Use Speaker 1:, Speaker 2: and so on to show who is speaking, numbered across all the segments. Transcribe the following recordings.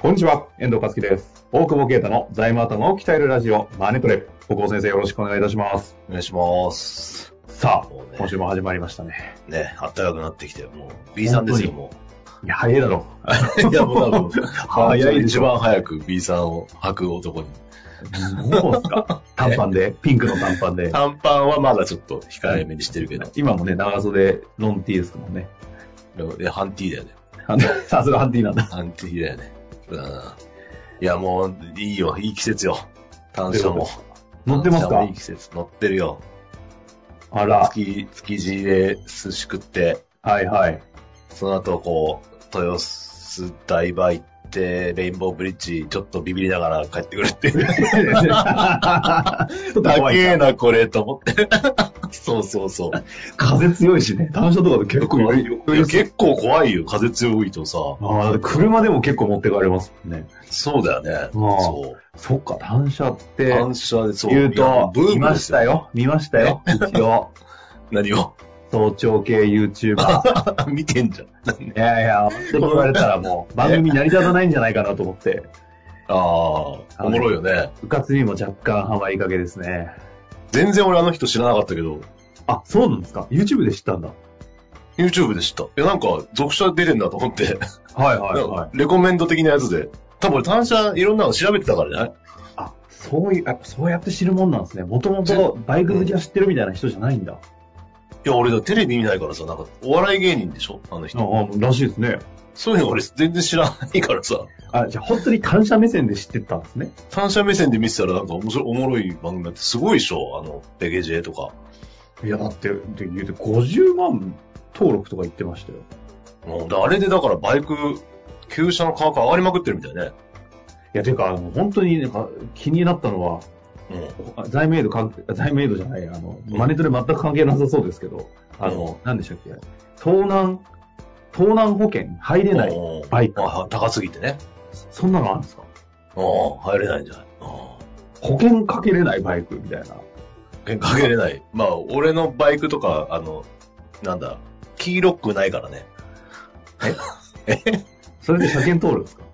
Speaker 1: こんにちは、遠藤和樹です。大久保啓太の財務頭を鍛えるラジオ、マネトレ。大久保先生、よろしくお願いいたします。
Speaker 2: お願いします。
Speaker 1: さ
Speaker 2: もう
Speaker 1: あ、
Speaker 2: ね
Speaker 1: 今週も始まりましたね。
Speaker 2: ね、あったかくなってきて、もう B さんですよ、も
Speaker 1: いや、早いだろ。
Speaker 2: う。 いや、もう 多分、
Speaker 1: 早いでし
Speaker 2: 一
Speaker 1: ょ
Speaker 2: 番早く B さんを履く男に。
Speaker 1: そうっすか。短パンで、ピンクの短パンで。
Speaker 2: 短パンはまだちょっと控えめにしてるけど、
Speaker 1: 今もね、長袖、ロンティーですもんね。
Speaker 2: でハンティーだよね。
Speaker 1: あのさすがハンティーなんだ。
Speaker 2: ハンティーだよね。うん。いや、もう、いいよ、いい季節よ。単車も。
Speaker 1: 乗ってます
Speaker 2: 単車も
Speaker 1: か
Speaker 2: いい季節、乗ってるよ。
Speaker 1: あら、
Speaker 2: 築築地で寿司食って、
Speaker 1: はい はい。
Speaker 2: その後、こう、豊洲台場行って、レインボーブリッジ、ちょっとビビりながら帰ってくるっていう。
Speaker 1: ちょっと
Speaker 2: だ
Speaker 1: 怖い
Speaker 2: けな、これ、と思って。 そうそうそう。
Speaker 1: 風強いしね、単車とかで結構より
Speaker 2: いや結構怖いよ、風強いとさ。
Speaker 1: ああ、車でも結構持ってかれますもんね。
Speaker 2: そうだよね。
Speaker 1: うん
Speaker 2: そ
Speaker 1: そっか、単車って
Speaker 2: う。。反射でそう。
Speaker 1: 言う
Speaker 2: いや
Speaker 1: と、
Speaker 2: ブー
Speaker 1: 見
Speaker 2: ム
Speaker 1: ま
Speaker 2: で
Speaker 1: し
Speaker 2: すよ。
Speaker 1: たよ。見ましたよ。一応、
Speaker 2: 何を
Speaker 1: 早朝系 YouTuber。
Speaker 2: 見てんじゃん。
Speaker 1: いやいや、って言われたらも う、番組成り立たないんじゃないかなと思って、
Speaker 2: ああ、おもろいよね。
Speaker 1: うかつにも若干ハマりかけですね。
Speaker 2: 全然俺あの人知らなかったけど、
Speaker 1: あ、そうなんですか ?YouTube で知ったんだ。
Speaker 2: YouTube で知った。いや、なんか、続者出てんだと思って、
Speaker 1: はいは
Speaker 2: なんか。レコメンド的なやつで。多分、単車いろんなの調べてたからじゃない
Speaker 1: あ、そういう、やっぱそうやって知るもんなんですね。もともとバイク好きは知ってるみたいな人じゃないんだ。
Speaker 2: いや、俺だ、テレビ見ないからさ、なんか、お笑い芸人でしょあの人。
Speaker 1: ああ、らしいですね。
Speaker 2: そういうの俺全然知らないからさ。
Speaker 1: あ、じゃあ本当に感謝目線で知ってたんですね。
Speaker 2: 単車目線で見てたらなんか面白いおもろい番組だってすごいでしょあの、ペケ J とか。
Speaker 1: いや、だって、で言うて50万登録とか言ってましたよ。
Speaker 2: もうであれでだからバイク、旧車の価格上がりまくってるみたいね。
Speaker 1: いや、てか、あの本当になんか気になったのは、
Speaker 2: う
Speaker 1: あ
Speaker 2: ん。
Speaker 1: 財務エイド関係、財務エイドじゃない、あの、マネトレ全く関係なさそうですけど、あの、なんでしたっけ、盗難、盗難保険入れない、
Speaker 2: うん
Speaker 1: バイク
Speaker 2: あは高すぎてね。
Speaker 1: そんなのあるんですか
Speaker 2: うん。入れないんじゃないうん
Speaker 1: 保険かけれないバイクみたいな。
Speaker 2: 喧嘩かけれない。まあ、俺のバイクとか、あの、なんだ、キーロックないからね。
Speaker 1: それで車検通るんですか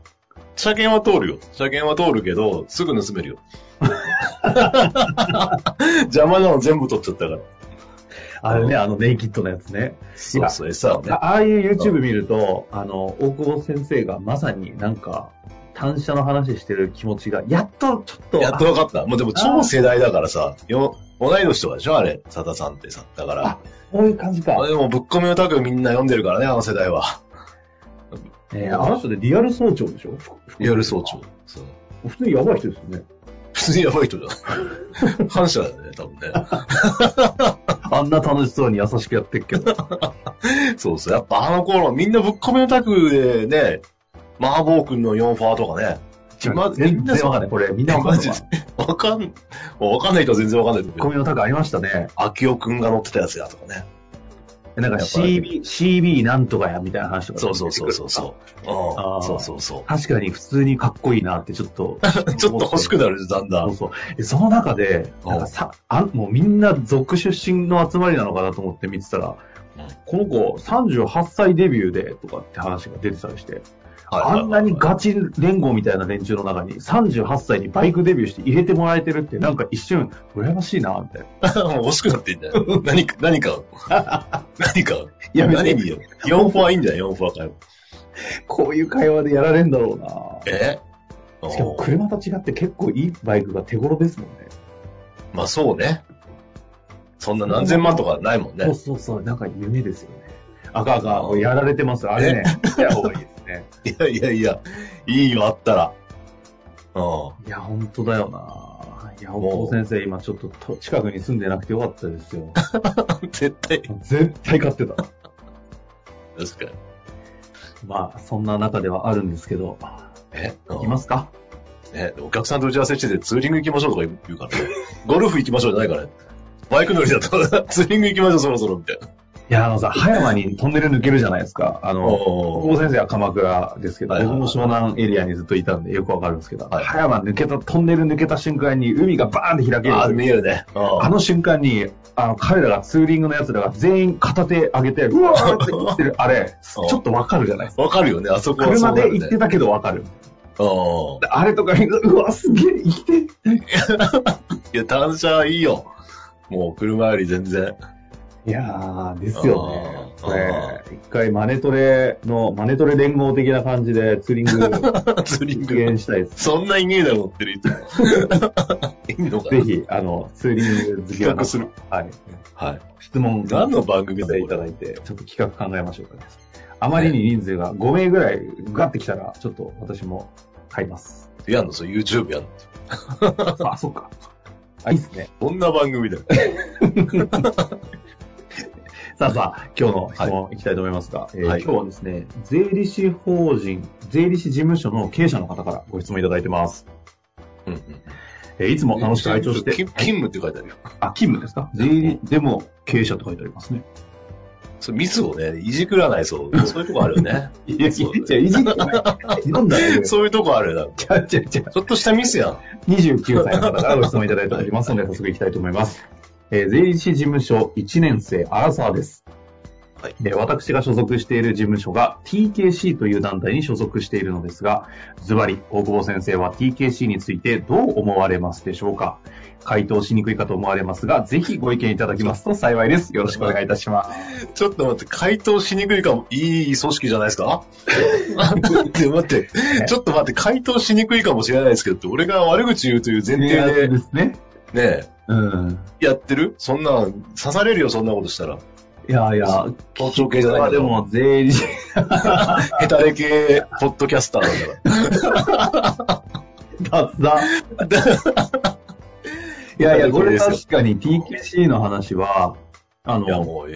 Speaker 2: 車検は通るよ。車検は通るけど、すぐ盗める よ。邪魔なの全部取っちゃったから。
Speaker 1: あれね、あのネイキッドのやつね。
Speaker 2: そうそう、餌をね
Speaker 1: あ。ああいう YouTube 見ると、あの、大久保先生がまさになんか、単車の話してる気持ちが、やっとちょっと、
Speaker 2: やっと分かった。もうでも超世代だからさ、よ同い年とかでしょあれ、佐田さんってさ。だから
Speaker 1: あ。こういう感じか
Speaker 2: あ。でも、ぶっ込みのタグみんな読んでるからね、あの世代は。
Speaker 1: えー、あの人でリアル総長でしょ
Speaker 2: 夜早朝。。そう
Speaker 1: 普通にやばい人ですよね。
Speaker 2: 普通にやばい人じ ゃん。反射だよね、多分ね。
Speaker 1: あんな楽しそうに優しくやってっけど。
Speaker 2: そうそう。やっぱあの頃、みんなぶっ込みのタグでね、麻婆君の4ファーとかね。ま
Speaker 1: 全然わかんない。これ、みんなわかんない
Speaker 2: マジ。わかん、わかんない人は全然わかんないと思う
Speaker 1: コ
Speaker 2: けど。
Speaker 1: ミのタグありましたね。
Speaker 2: 秋尾君が乗ってたやつやとかね。
Speaker 1: なんか
Speaker 2: やっぱり
Speaker 1: CB、CB なんとかやみたいな話とか。
Speaker 2: そうそうそうそうそう。う
Speaker 1: あー
Speaker 2: ん。そうそうそう。
Speaker 1: 確かに普通にかっこいいなってちょっと。
Speaker 2: ちょっと欲しくなる、だんだ。
Speaker 1: そうんそう。えその中で、
Speaker 2: うん
Speaker 1: なんかさ、あもうみんな族出身の集まりなのかなと思って見てたら
Speaker 2: うん、
Speaker 1: この子38歳デビューでとかって話が出てたりして、あんなにガチ連合みたいな連中の中に38歳にバイクデビューして入れてもらえてるってなんか一瞬羨ましいなみたいな。
Speaker 2: もう欲しくなってんじゃない何か、何かを、何かを。い
Speaker 1: や
Speaker 2: や、
Speaker 1: めて
Speaker 2: 何によ。4フォアいいんじゃない ?4 フォアかよ。
Speaker 1: こういう会話でやられんだろうな。
Speaker 2: え
Speaker 1: しかも車と違って結構いいバイクが手頃ですもんね。
Speaker 2: まあそうね。そんな何千万とかないもん
Speaker 1: そう
Speaker 2: ね。
Speaker 1: そうそう、なんか夢ですよね。赤赤、もうやられてます。あれね、見た方がいいですね。
Speaker 2: いやいやいや、いいよ、あったら。うん。
Speaker 1: いや、本当だよな。いや、大久保先生、今ちょっとと近くに住んでなくてよかったですよ。
Speaker 2: 絶対、
Speaker 1: 絶対買ってた。
Speaker 2: ですけど。
Speaker 1: まあ、そんな中ではあるんですけど、
Speaker 2: え
Speaker 1: いますか
Speaker 2: ね、お客さんと打ち合わせしててツーリング行きましょうとか言うからね。ゴルフ行きましょうじゃないからね。バイク乗りだったら ツーリング行きましょうそろそろみたいな。
Speaker 1: いや、あのさ、葉山にトンネル抜けるじゃないです か。あの、
Speaker 2: お
Speaker 1: 大先生は鎌倉ですけど、
Speaker 2: はいはい
Speaker 1: 僕
Speaker 2: はい
Speaker 1: も湘南エリアにずっといたんでよくわかるんですけど、
Speaker 2: はい
Speaker 1: 葉山抜けた、トンネル抜けた瞬間に海がバーンって開けるんですよ
Speaker 2: ああ、見えるね。うん
Speaker 1: あの瞬間に、あの、彼らがツーリングの奴らが全員片手上げて、うわーって言ってる、あれ、ち
Speaker 2: うん
Speaker 1: ょっとわかるじゃないですか。
Speaker 2: わかるよね、あそこは
Speaker 1: 車で行
Speaker 2: 行
Speaker 1: ってたけどわかる。
Speaker 2: う
Speaker 1: あれとか見ると、うわ、すげえ、生きて。
Speaker 2: ん。いや、単車いいよ。もう車より全然。
Speaker 1: いやー、ですよね。
Speaker 2: あー
Speaker 1: これ、一回マネトレの、マネトレ連合的な感じでツーリン グ
Speaker 2: ツーリン
Speaker 1: 実
Speaker 2: グ。
Speaker 1: 現したいです。
Speaker 2: そんないねえだろ、乗ってる人。いいのか
Speaker 1: ぜ
Speaker 2: な
Speaker 1: ひ、あの、ツーリング好き
Speaker 2: 企
Speaker 1: な
Speaker 2: 画す る。
Speaker 1: はい。
Speaker 2: はい。
Speaker 1: 質問が
Speaker 2: 何の番組だ
Speaker 1: い
Speaker 2: よ、こ
Speaker 1: た
Speaker 2: れ
Speaker 1: だいて、ちょっと企画考えましょうかね。あまりに人数が5名ぐらいガってきたら、ちょっと私も買います。
Speaker 2: やんの、そう、YouTube やんの。
Speaker 1: あ、そっか。あ、いいっすね。
Speaker 2: こんな番組だよ。
Speaker 1: さあさあ、今日の質問いきたいと思いますが、えー
Speaker 2: はい
Speaker 1: 今日はですね、税理士法人、税理士事務所の経営者の方からご質問いただいてます。
Speaker 2: うんうん。
Speaker 1: えーいつも楽しく拝聴して、
Speaker 2: 勤勤務って書いてあるよ。
Speaker 1: あ、勤務ですか税理、でも経営者って書いてありますね。
Speaker 2: そうミスをね、いじくらないそう。そういうとこあるよね。
Speaker 1: いや、い
Speaker 2: そう
Speaker 1: や、い じってない。なんだよ。
Speaker 2: そういうとこあるよな。
Speaker 1: ちゃうちゃうちゃう
Speaker 2: ちょっとしたミスやん。
Speaker 1: 29歳の方からご質問いただいておりますので、早速いきたいと思います。えー税理士事務所1年生、アラサーです。
Speaker 2: はい
Speaker 1: で私が所属している事務所が TKC という団体に所属しているのですが、ズバリ、大久保先生は TKC についてどう思われますでしょうか回答しにくいかと思われますが、ぜひご意見いただきますと幸いです。よろしくお願いいたします。
Speaker 2: ちょっと待って、回答しにくいかも、いい組織じゃないですか待って、待って、ちょっと待って、回答しにくいかもしれないですけどって、俺が悪口言うという前
Speaker 1: いや
Speaker 2: 提で、
Speaker 1: で
Speaker 2: ね
Speaker 1: すね。
Speaker 2: え、
Speaker 1: うん。
Speaker 2: やってるそんな、刺されるよ、そんなことした ら。
Speaker 1: いやいや、
Speaker 2: 盗聴系じゃないんだ
Speaker 1: で
Speaker 2: から
Speaker 1: も、税理士、
Speaker 2: ヘタレ系、ポッドキャスターなんだから。
Speaker 1: 雑だ。 いやいや、これ確かに TKC の話は、あ
Speaker 2: いや、
Speaker 1: の、
Speaker 2: もう、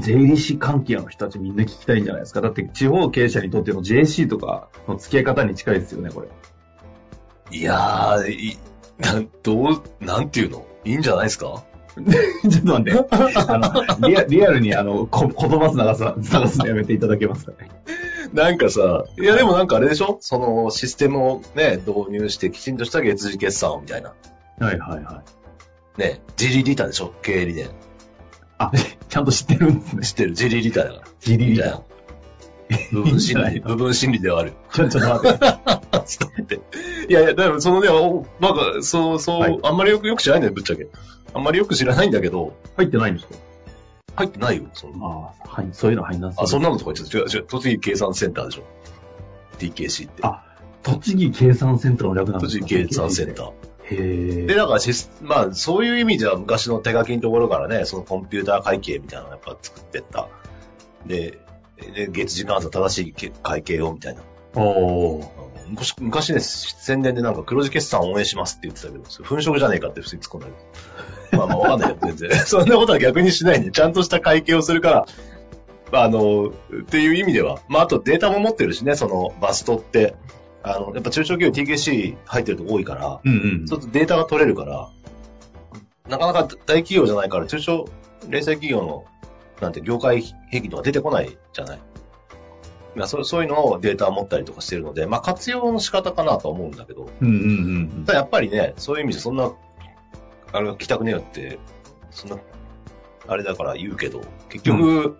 Speaker 1: 税理士関係の人たちみんな聞きたいんじゃないですか。だって地方経営者にとっての JC とかの付き合い方に近いですよね、これ。
Speaker 2: いやー、いなんどう、なんていうのいいんじゃないですか
Speaker 1: ちょっと待って、あの、リアリアルにあの、こ言葉つながさ、探すのやめていただけますかね。
Speaker 2: なんかさ、いやでもなんかあれでしょそのシステムをね、導入してきちんとした月次決算をみたいな。
Speaker 1: はいはいはい。
Speaker 2: ね、ジリリタでしょ経理で。
Speaker 1: あ、ちゃんと知ってるんですね。
Speaker 2: 知ってる、ジリリタだから。
Speaker 1: ジリリ
Speaker 2: だ
Speaker 1: タ。
Speaker 2: よ。部分
Speaker 1: いいんじゃ
Speaker 2: 心
Speaker 1: な
Speaker 2: 理、
Speaker 1: い
Speaker 2: 部分心理ではある。
Speaker 1: ちょ、ちょっと待って。
Speaker 2: ちょっと待って。 いやいや、だからそのね、おなんか、そう、そう、
Speaker 1: はい
Speaker 2: あんまりよく、よく知らないんだよ、ぶっちゃけ。あんまりよく知らないんだけど、
Speaker 1: 入ってないんですか
Speaker 2: 入ってないよ、その。
Speaker 1: ああ、はい、そういうの入んな
Speaker 2: あ、そん
Speaker 1: の
Speaker 2: なのとか言っちゃう。違う違う、栃木計算センターでしょ。TKC って。
Speaker 1: あ栃木計算センターの略なんです
Speaker 2: 栃
Speaker 1: か
Speaker 2: 木計算センター。
Speaker 1: へー
Speaker 2: で、だからシス、まあ、そういう意味じゃ昔の手書きのところからね、そのコンピューター会計みたいなのをやっぱ作ってった。で、で月次換算正しいけ会計をみたいな。
Speaker 1: おー
Speaker 2: あの昔昔ね、宣伝でなんか黒字決算応援しますって言ってたけど、それ粉飾じゃねえかって普通に突っ込んだけど。まあまあわかんないよ、全然。 そんなことは逆にしないね。ちゃんとした会計をするから、まああの、っていう意味では。まああとデータも持ってるしね、そのバストって。あの、やっぱ中小企業 TKC 入ってるとこ多いから、
Speaker 1: うんうん
Speaker 2: ちょっとデータが取れるから、なかなか大企業じゃないから、中小零細企業の、なんて業界平均とか出てこないじゃない。まあ、そうそういうのをデータを持ったりとかしてるので、まあ活用の仕方かなとは思うんだけど、
Speaker 1: うんうんうん
Speaker 2: ただやっぱりね、そういう意味でそんな、あれは来たくねえよって、そんな、あれだから言うけど、結局、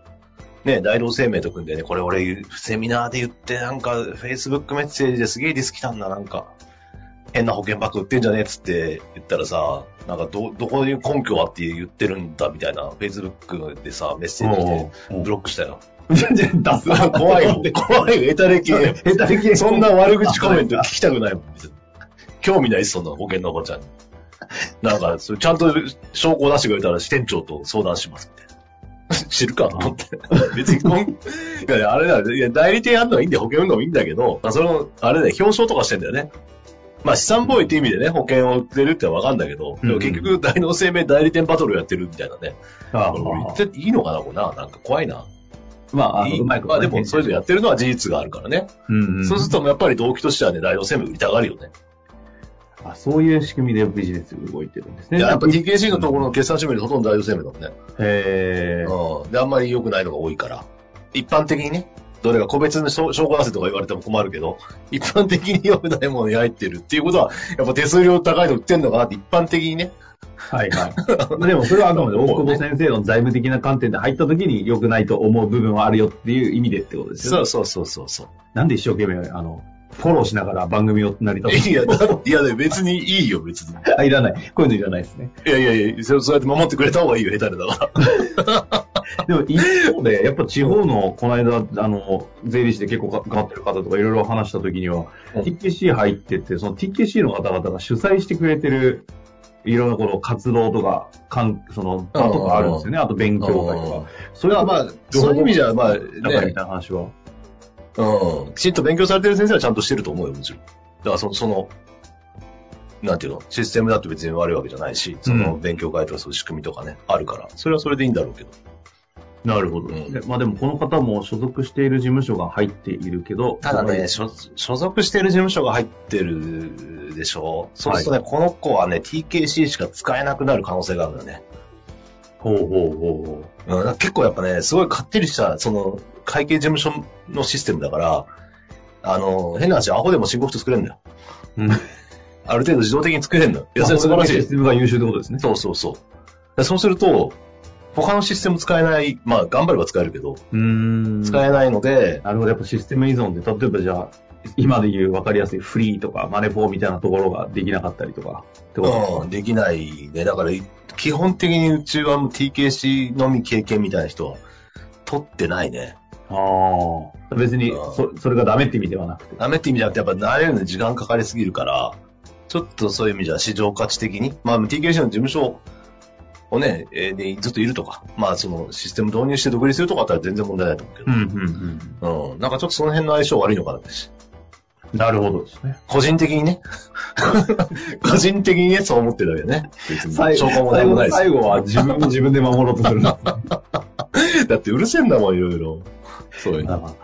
Speaker 2: ね、大同生命と組んでね、これ俺、セミナーで言って、なんか、Facebook メッセージですげえディス来たんだ、なんか、変な保険バッグ売ってんじゃねえっつって言ったらさ、なんかど、どこに根拠あって言ってるんだみたいな、Facebook でさ、メッセージ来て、
Speaker 1: うん。
Speaker 2: ブロックしたよ。
Speaker 1: 全然出すな。
Speaker 2: 怖いもん、 怖いよ、エタレ系。
Speaker 1: 下手系。
Speaker 2: そんな悪口コメント聞きたくないもん。興味ないっす、そんな保険のおばちゃんに。なんか、それちゃんと証拠を出してくれたら支店長と相談しますみたいな。 知るかと思 って。別にこん、いやいや、あれだよ、いや、代理店あんのはいいんだよ、保険運動もいいんだけど、まあ、それも、あれだよ、表彰とかしてんだよね。まあ、資産防衛って意味でね、保険を売ってるってわかるんだけど、でも結局、大脳生命代理店バトルをやってるみたいなね。
Speaker 1: ああ
Speaker 2: これ言っていいのかな、これな。なんか怖いな。
Speaker 1: まあ、あ
Speaker 2: い
Speaker 1: の
Speaker 2: いう
Speaker 1: まいこと
Speaker 2: まあ
Speaker 1: ね、
Speaker 2: でも、そういうのやってるのは事実があるからね。
Speaker 1: うんうん
Speaker 2: そうすると、やっぱり動機としてはね、大王生命売りたがるよね。
Speaker 1: あそういう仕組みでビジネス動いてるんですね。
Speaker 2: いややっぱ
Speaker 1: なんか
Speaker 2: TKC のところの決算書面でほとんど大王生命だもんね。
Speaker 1: えー、
Speaker 2: うん。で、あんまり良くないのが多いから。一般的にね、どれか個別の証証拠合わせとか言われても困るけど、一般的に良くないものに入ってるっていうことは、やっぱ手数料高いの売ってんのかなって一般的にね。
Speaker 1: はいはい。 まあでもそれはあくまで大久保先生の財務的な観点で入った時に良くないと思う部分はあるよっていう意味でってことですよ
Speaker 2: そ
Speaker 1: ね。
Speaker 2: うそうそうそうそう。
Speaker 1: なんで一生懸命、あの、フォローしながら番組を成り立
Speaker 2: いや、だいや、別にいいよ、別に。
Speaker 1: つ。あ、いらない。こういうのいらないですね。
Speaker 2: いやいやいや、そうそうやって守ってくれた方がいいよ、下手れだから。
Speaker 1: でも一方で、やっぱ地方の、この間、あの、税理士で結構かかってる方とかいろいろ話した時には、
Speaker 2: うん
Speaker 1: TKC 入ってて、その TKC の方々が主催してくれてる、いろんなこの活動とか、かんその、場とかあるんですよね。あと勉強会とか。そ
Speaker 2: それ
Speaker 1: れは
Speaker 2: は
Speaker 1: ま
Speaker 2: ま
Speaker 1: あ、
Speaker 2: あ、そういう意味じゃ、まあ、ね、
Speaker 1: だからみたいな話は。
Speaker 2: うん。きちんと勉強されてる先生はちゃんとしてると思うよ、もちろん。だからその、その、なんていうの、システムだって別に悪いわけじゃないし、そうの
Speaker 1: ん
Speaker 2: 勉強会とかそういう仕組みとかね、あるから、それはそれでいいんだろうけど。
Speaker 1: なるほど、
Speaker 2: うん
Speaker 1: でまあでもこの方も所属している事務所が入っているけど、
Speaker 2: ただ
Speaker 1: やっ
Speaker 2: ね、
Speaker 1: ぱ
Speaker 2: 所所属してる事務所が入ってるでしょそうするとね、この子はね、TKC しか使えなくなる可能性があるんだよね。
Speaker 1: りほうほうほうほ
Speaker 2: うん、なんか結構やっぱね、すごい勝手にした、その、会計事務所のシステムだから、あの、変な話、アホでも申告書作れるんだよ。
Speaker 1: う。うん。
Speaker 2: ある程度自動的に作れるんだよ。いや、
Speaker 1: そ
Speaker 2: それ素晴らしい
Speaker 1: シ。ステムが優秀ってことですね。
Speaker 2: そうそうそう。でそうすると、他のシステム使えない、まあ、頑張れば使えるけど、
Speaker 1: うーん。
Speaker 2: 使えないので、
Speaker 1: なるほど。やっぱシステム依存で、例えばじゃあ、今で言う分かりやすいフリーとかマネフォーみたいなところができなかったりとかってことですか、
Speaker 2: うん、できないね。だから、基本的にうちはもう TKC のみ経験みたいな人は取ってないね。
Speaker 1: ああ。別にそ、それがダメって意味ではなくて。
Speaker 2: ダメって意味じゃなくて、やっぱ慣れるのに時間かかりすぎるから、ちょっとそういう意味じゃ市場価値的に、まあ TKC の事務所をね、えーでずっといるとか、まあそのシステム導入して独立するとかだったら全然問題ないと思うけ
Speaker 1: うんうんうん。
Speaker 2: ど、うん、なんかちょっとその辺の相性悪いのかなってし。
Speaker 1: なるほどですね。
Speaker 2: 個人的にね。 個人的にね、そう思ってるわけね。別に証拠も
Speaker 1: 最
Speaker 2: 何も
Speaker 1: 後
Speaker 2: ない
Speaker 1: 最後は自 分を自分で守ろうとするな。
Speaker 2: です。だってうるせえんだもん、いろいろ。そういうの。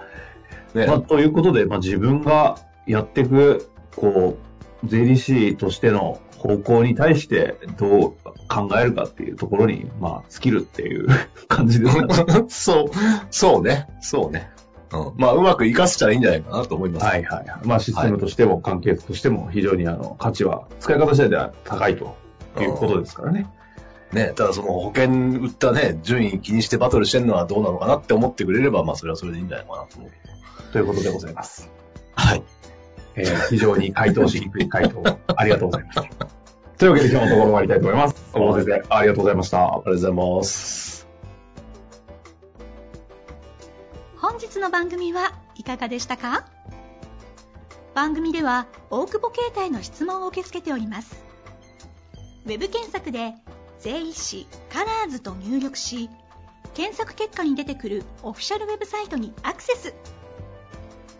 Speaker 2: ね
Speaker 1: まあ、ということで、まあ、自分がやっていく、こう、税理士としての方向に対してどう考えるかっていうところに、まあ、尽きるっていう感じですかね。
Speaker 2: そう、そうね。そうね。うん、まあ、うまく活かせたらいいんじゃないかなと思います。
Speaker 1: はいはいはい。まあ、システムとしても、関係としても、非常にあの価値は、使い方次第では高いということですからね。
Speaker 2: ね、ただその保険売ったね、順位気にしてバトルしてるのはどうなのかなって思ってくれれば、まあ、それはそれでいいんじゃないかなと思う。
Speaker 1: ということでございます。
Speaker 2: はい。
Speaker 1: えー非常に回答しにくい回答、ありがとうございました。 というわけで、今日のところ終わりたいと思います。小野先生、ありがとうございました。
Speaker 2: ありがとうございます。
Speaker 3: 本日の番組はいかがでしたか番組では大久保携帯の質問を受け付けておりますウェブ検索で「税理士カラーズと入力し検索結果に出てくるオフィシャルウェブサイトにアクセス